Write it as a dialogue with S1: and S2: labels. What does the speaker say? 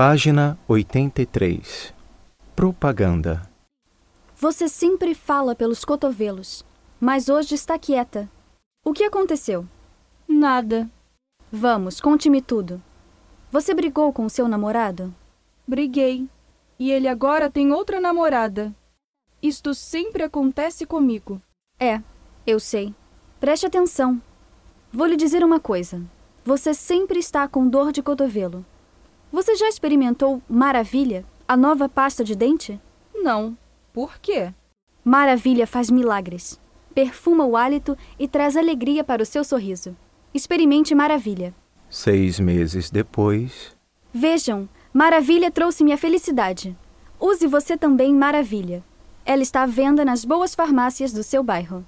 S1: Página 83 Propaganda
S2: Você sempre fala pelos cotovelos, mas hoje está quieta. O que aconteceu?
S3: Nada.
S2: Vamos, conte-me tudo. Você brigou com seu namorado?
S3: Briguei. E ele agora tem outra namorada. Isto sempre acontece comigo.
S2: É, eu sei. Preste atenção. Vou lhe dizer uma coisa. Você sempre está com dor de cotovelo. Você já experimentou Maravilha, a nova pasta de dente?
S3: Não. Por quê?
S2: Maravilha faz milagres. Perfuma o hálito e traz alegria para o seu sorriso. Experimente Maravilha.
S1: Seis meses depois,
S2: Vejam, Maravilha trouxe-me a felicidade. Use você também Maravilha. Ela está à venda nas boas farmácias do seu bairro.